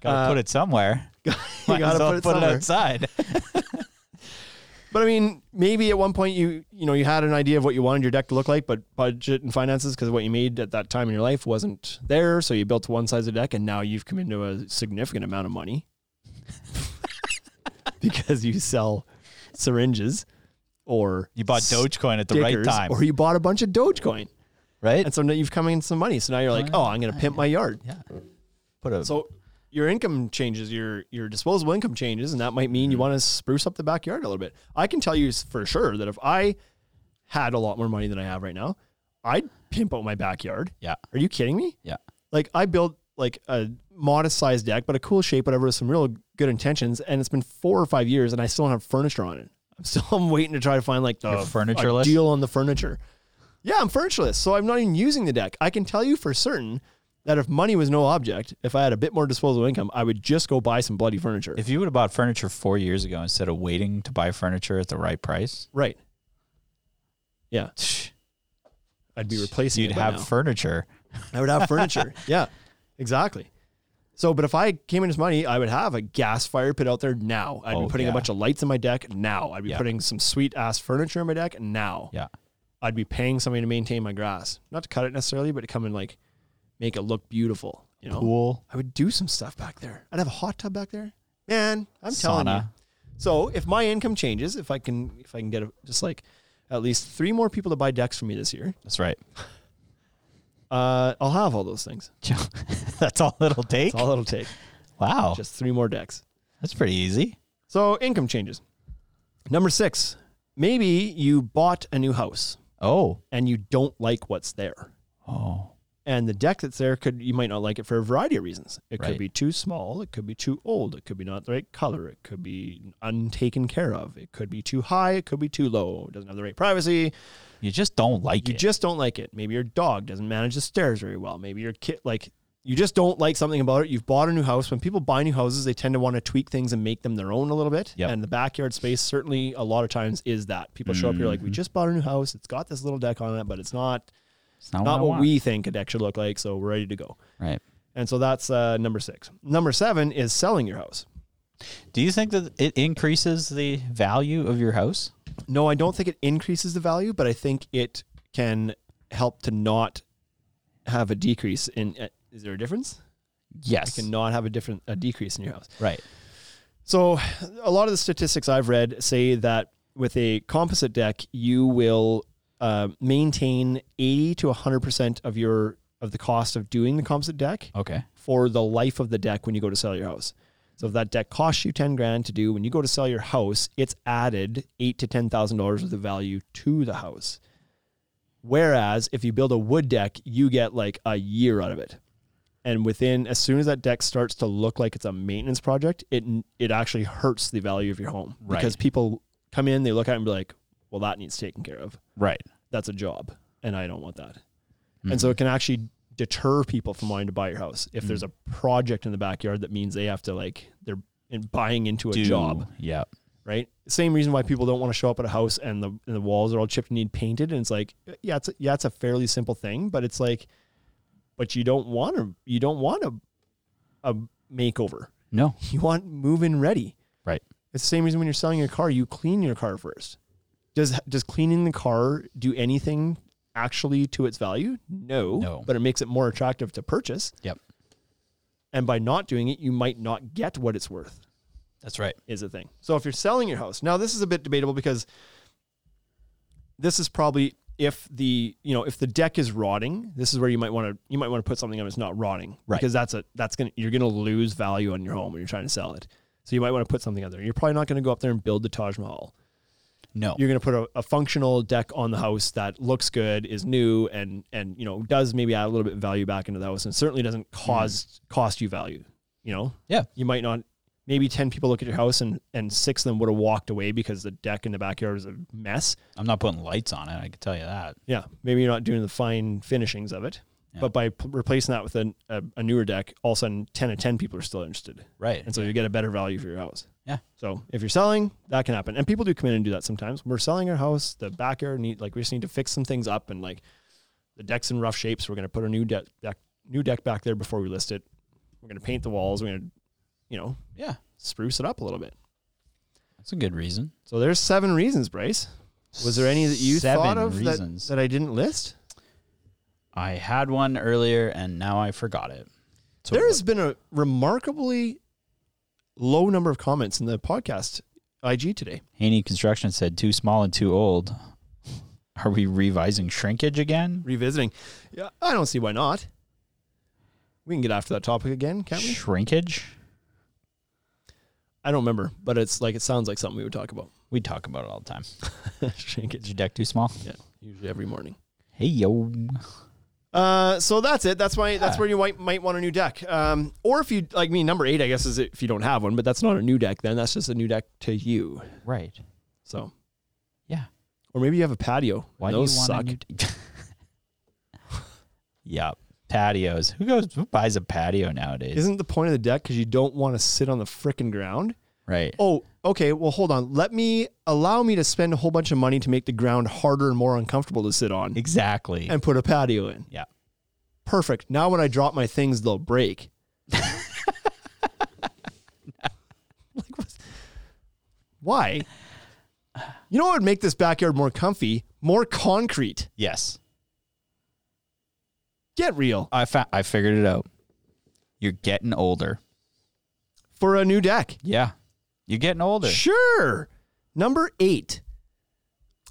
Gotta Uh, put it somewhere. you Might gotta as well put it somewhere. outside. But I mean, maybe at one point you you know you had an idea of what you wanted your deck to look like, but budget and finances because what you made at that time in your life wasn't there, so you built one size of deck, and now you've come into a significant amount of money because you sell syringes or You bought Dogecoin at the right stickers, time, or you bought a bunch of Dogecoin, right? and so now you've come in some money. So now you're like, oh, I'm going to pimp my yard. yeah. Put a So your income changes, your your disposable income changes, and that might mean you want to spruce up the backyard a little bit. I can tell you s- for sure that if I had a lot more money than I have right now, I'd pimp out my backyard. yeah, Are you kidding me? yeah, Like I built like a modest sized deck, but a cool shape, whatever, with some real good intentions, and it's been four or five years, and I still don't have furniture on it. I'm still I'm waiting to try to find like the You're f- furnitureless? a deal on the furniture. Yeah, I'm furnitureless, so I'm not even using the deck. I can tell you for certain that if money was no object, if I had a bit more disposable income, I would just go buy some bloody furniture. If you would have bought furniture four years ago instead of waiting to buy furniture at the right price, right. Yeah, I'd be replacing. you'd it by have now. furniture. I would have furniture. yeah, exactly. So, but if I came in as money, I would have a gas fire pit out there now. I'd Oh, be putting yeah. a bunch of lights in my deck now. I'd be Yeah. putting some sweet ass furniture in my deck now. Yeah, I'd be paying somebody to maintain my grass, not to cut it necessarily, but to come and like make it look beautiful. You know, pool, I would do some stuff back there. I'd have a hot tub back there. Man, I'm telling you. sauna. So if my income changes, if I can, if I can get a, just like at least three more people to buy decks for me this year, That's right. uh, I'll have all those things. That's all it'll take. That's all it'll take. wow, Just three more decks. that's pretty easy. So income changes. Number six, maybe you bought a new house Oh, and you don't like what's there. oh, And the deck that's there could you might not like it for a variety of reasons. It Right. could be too small, it could be too old, it could be not the right color, it could be untaken care of, it could be too high, it could be too low, it doesn't have the right privacy. you just don't like You it. just don't like it. Maybe your dog doesn't manage the stairs very well. Maybe your kid like you just don't like something about it. You've bought a new house. When people buy new houses, they tend to want to tweak things and make them their own a little bit. Yep. And the backyard space certainly a lot of times is that. People show up here like, we just bought a new house. It's got this little deck on it, but it's not It's not, not I what want. we think a deck should look like. So we're ready to go. Right. And so that's uh, number six. Number seven is selling your house. Do you think that it increases the value of your house? No, I don't think it increases the value, but I think it can help to not have a decrease in. Uh, is there a difference? Yes. Can not have a different a decrease in your house. Right. So, a lot of the statistics I've read say that with a composite deck, you will uh, maintain eighty to hundred percent of your of the cost of doing the composite deck Okay. for the life of the deck when you go to sell your house. So if that deck costs you ten grand to do, when you go to sell your house, it's added eight to ten thousand dollars worth of value to the house. Whereas if you build a wood deck, you get like a year out of it. And within as soon as that deck starts to look like it's a maintenance project, it it actually hurts the value of your home Right. because people come in, they look at it and be like, "Well, that needs taken care of. Right. That's a job, and I don't want that." and so it can actually deter people from wanting to buy your house if there's a project in the backyard that means they have to like they're in buying into a Do- job Yeah. right same reason why people don't want to show up at a house and the, and the walls are all chipped and need painted and it's like yeah it's yeah it's a fairly simple thing but it's like but you don't want to you don't want a, a makeover No. you want move in ready Right. it's the same reason when you're selling your car, you clean your car first. Does does cleaning the car do anything actually to its value? No. No. But it makes it more attractive to purchase. Yep. And by not doing it, you might not get what it's worth That's right. is a thing. So if you're selling your house, now this is a bit debatable because this is probably if the you know if the deck is rotting, this is where you might want to you might want to put something on it's not rotting, Right. Because that's a that's gonna you're gonna lose value on your home when you're trying to sell it. So you might want to put something on there. You're probably not going to go up there and build the Taj Mahal. No. You're going to put a, a functional deck on the house that looks good, is new, and and you know does maybe add a little bit of value back into the house, and certainly doesn't cause cost you value. You know, yeah. you might not maybe 10 people look at your house and and six of them would have walked away because the deck in the backyard is a mess I'm not putting lights on it. I can tell you that. yeah maybe you're not doing the fine finishings of it Yeah. but by p- replacing that with an, a, a newer deck all of a sudden 10 of 10 people are still interested Right. and so you get a better value for your house Yeah. so if you're selling that can happen and people do come in and do that sometimes when we're selling our house the backyard need like we just need to fix some things up and like the deck's in rough shape so we're going to put a new deck, deck new deck back there before we list it we're going to paint the walls we're going to you know Yeah. spruce it up a little bit That's a good reason. So there's seven reasons, Bryce. Was there any that you Seven thought of that, reasons. that I didn't list? I had one earlier and now I forgot it. So There has been a remarkably low number of comments in the podcast IG today. Haney Construction said too small and too old. Are we revising shrinkage again? Revisiting. Yeah, I don't see why not. We can get after that topic again, can't we? Shrinkage? I don't remember, but it's like it sounds like something we would talk about. We talk about it all the time. Shrink Is it. your deck too small? Yeah, usually every morning. Hey yo. Uh, so that's it. That's why. That's where you might might want a new deck. Um, or if you like me, number eight, I guess, is if you don't have one, but that's not a new deck. Then that's just a new deck to you. Right. So Yeah. Or maybe you have a patio. Why Those do you want suck. a new d- Yep. Patios. Who goes who buys a patio nowadays? Isn't the point of the deck because you don't want to sit on the frickin' ground? right. Oh, okay. Well, hold on. Let me allow me to spend a whole bunch of money to make the ground harder and more uncomfortable to sit on Exactly. and put a patio in. yeah. Perfect. Now when I drop my things, they'll break. like, what's- why? You know what would make this backyard more comfy? More concrete. Yes. Get real. I fa- I figured it out. You're getting older. For a new deck. Yeah. You're getting older. Sure. Number eight.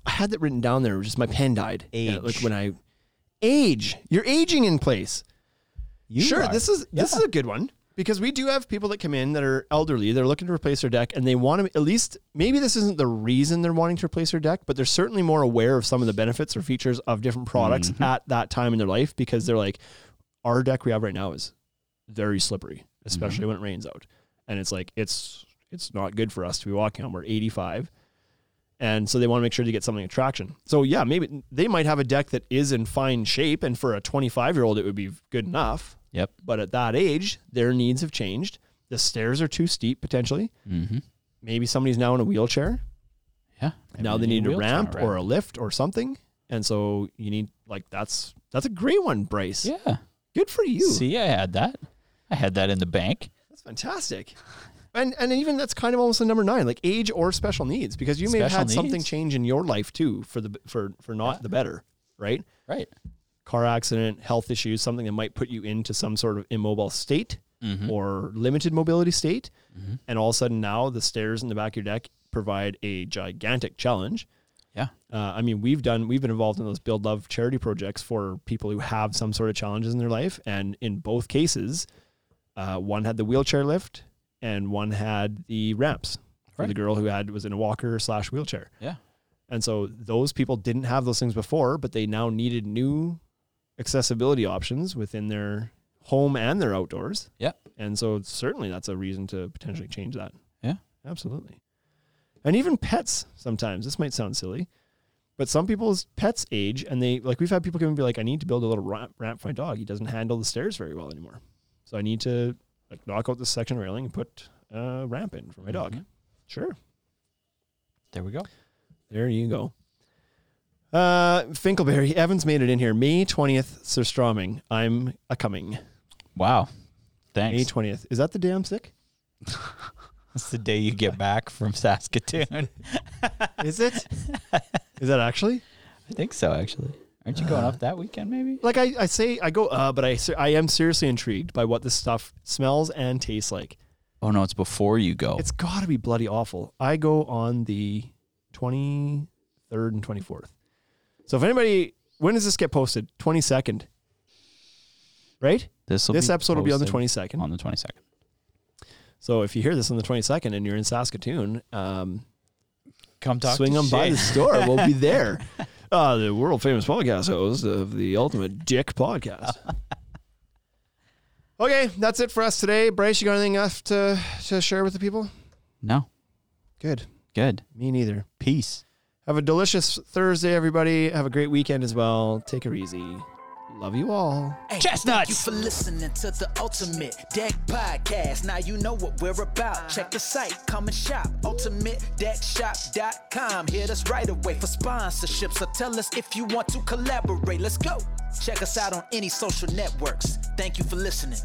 I had that written down there. Just my pen died. Yeah, like Age. when I age, you're aging in place. You sure. are. This is this Yeah. is a good one because we do have people that come in that are elderly. They're looking to replace their deck, and they want to at least maybe this isn't the reason they're wanting to replace their deck, but they're certainly more aware of some of the benefits or features of different products Mm-hmm. at that time in their life because they're like, our deck we have right now is very slippery, especially Mm-hmm. when it rains out. And it's like it's it's not good for us to be walking on. We're 85. And so they want to make sure to get something attraction. So yeah, maybe they might have a deck that is in fine shape and for a 25 year old it would be good enough. Yep. But at that age, their needs have changed. The stairs are too steep potentially. Mm-hmm. Maybe somebody's now in a wheelchair. Yeah. now they need a ramp or a lift or something. And so you need like that's that's a great one, Bryce. yeah. Good for you. See, I had that. I had that in the bank. That's fantastic. And and even that's kind of almost a number nine, like age or special needs, because you may have Special had something needs. change in your life too for the for for not the better, right? Right. Car accident, health issues, something that might put you into some sort of immobile state or limited mobility state, and all of a sudden now the stairs in the back of your deck provide a gigantic challenge. Yeah. Uh, I mean, we've done, we've been involved in those Build Love charity projects for people who have some sort of challenges in their life. And in both cases, uh, one had the wheelchair lift and one had the ramps for the Right. girl who had was in a walker slash wheelchair. Yeah. And so those people didn't have those things before, but they now needed new accessibility options within their home and their outdoors. Yep. And so certainly that's a reason to potentially change that. Yeah. Absolutely. And even pets sometimes. This might sound silly, but some people's pets age and they like we've had people come and be like, I need to build a little ramp, ramp for my dog. He doesn't handle the stairs very well anymore. So I need to like knock out this section railing and put a ramp in for my dog. Sure. There we go. There you go. Uh Finkelberry, Evans made it in here. May 20th, Sir Stroming. I'm a coming. Wow. May Thanks. 20th. Is that the day I'm sick? That's the day you get back from Saskatoon. Is it? Is that actually? I think so, actually. Aren't you going up that weekend, maybe? like I, I say I go uh, but I ser- I am seriously intrigued by what this stuff smells and tastes like. Oh, no, it's before you go. It's got to be bloody awful. I go on the 23rd and 24th. So if anybody when does this get posted? 22nd. Right? this this episode will be on the 22nd. On the 22nd. So if you hear this on the 22nd and you're in Saskatoon, um, Come talk swing to on by Shay. the store. We'll be there. Uh, the world famous podcast host of the Ultimate Dick Podcast. okay, that's it for us today. Bryce, you got anything else to, to share with the people? No. Good. Good. Me neither. Peace. Have a delicious Thursday, everybody. Have a great weekend as well. Take her easy. Love you all. Hey, Chestnuts. Thank you for listening to the Ultimate Deck Podcast. Now you know what we're about. Check the site, come and shop. UltimateDeckShop.com. Hit us right away for sponsorships or tell us if you want to collaborate. Let's go. Check us out on any social networks. Thank you for listening.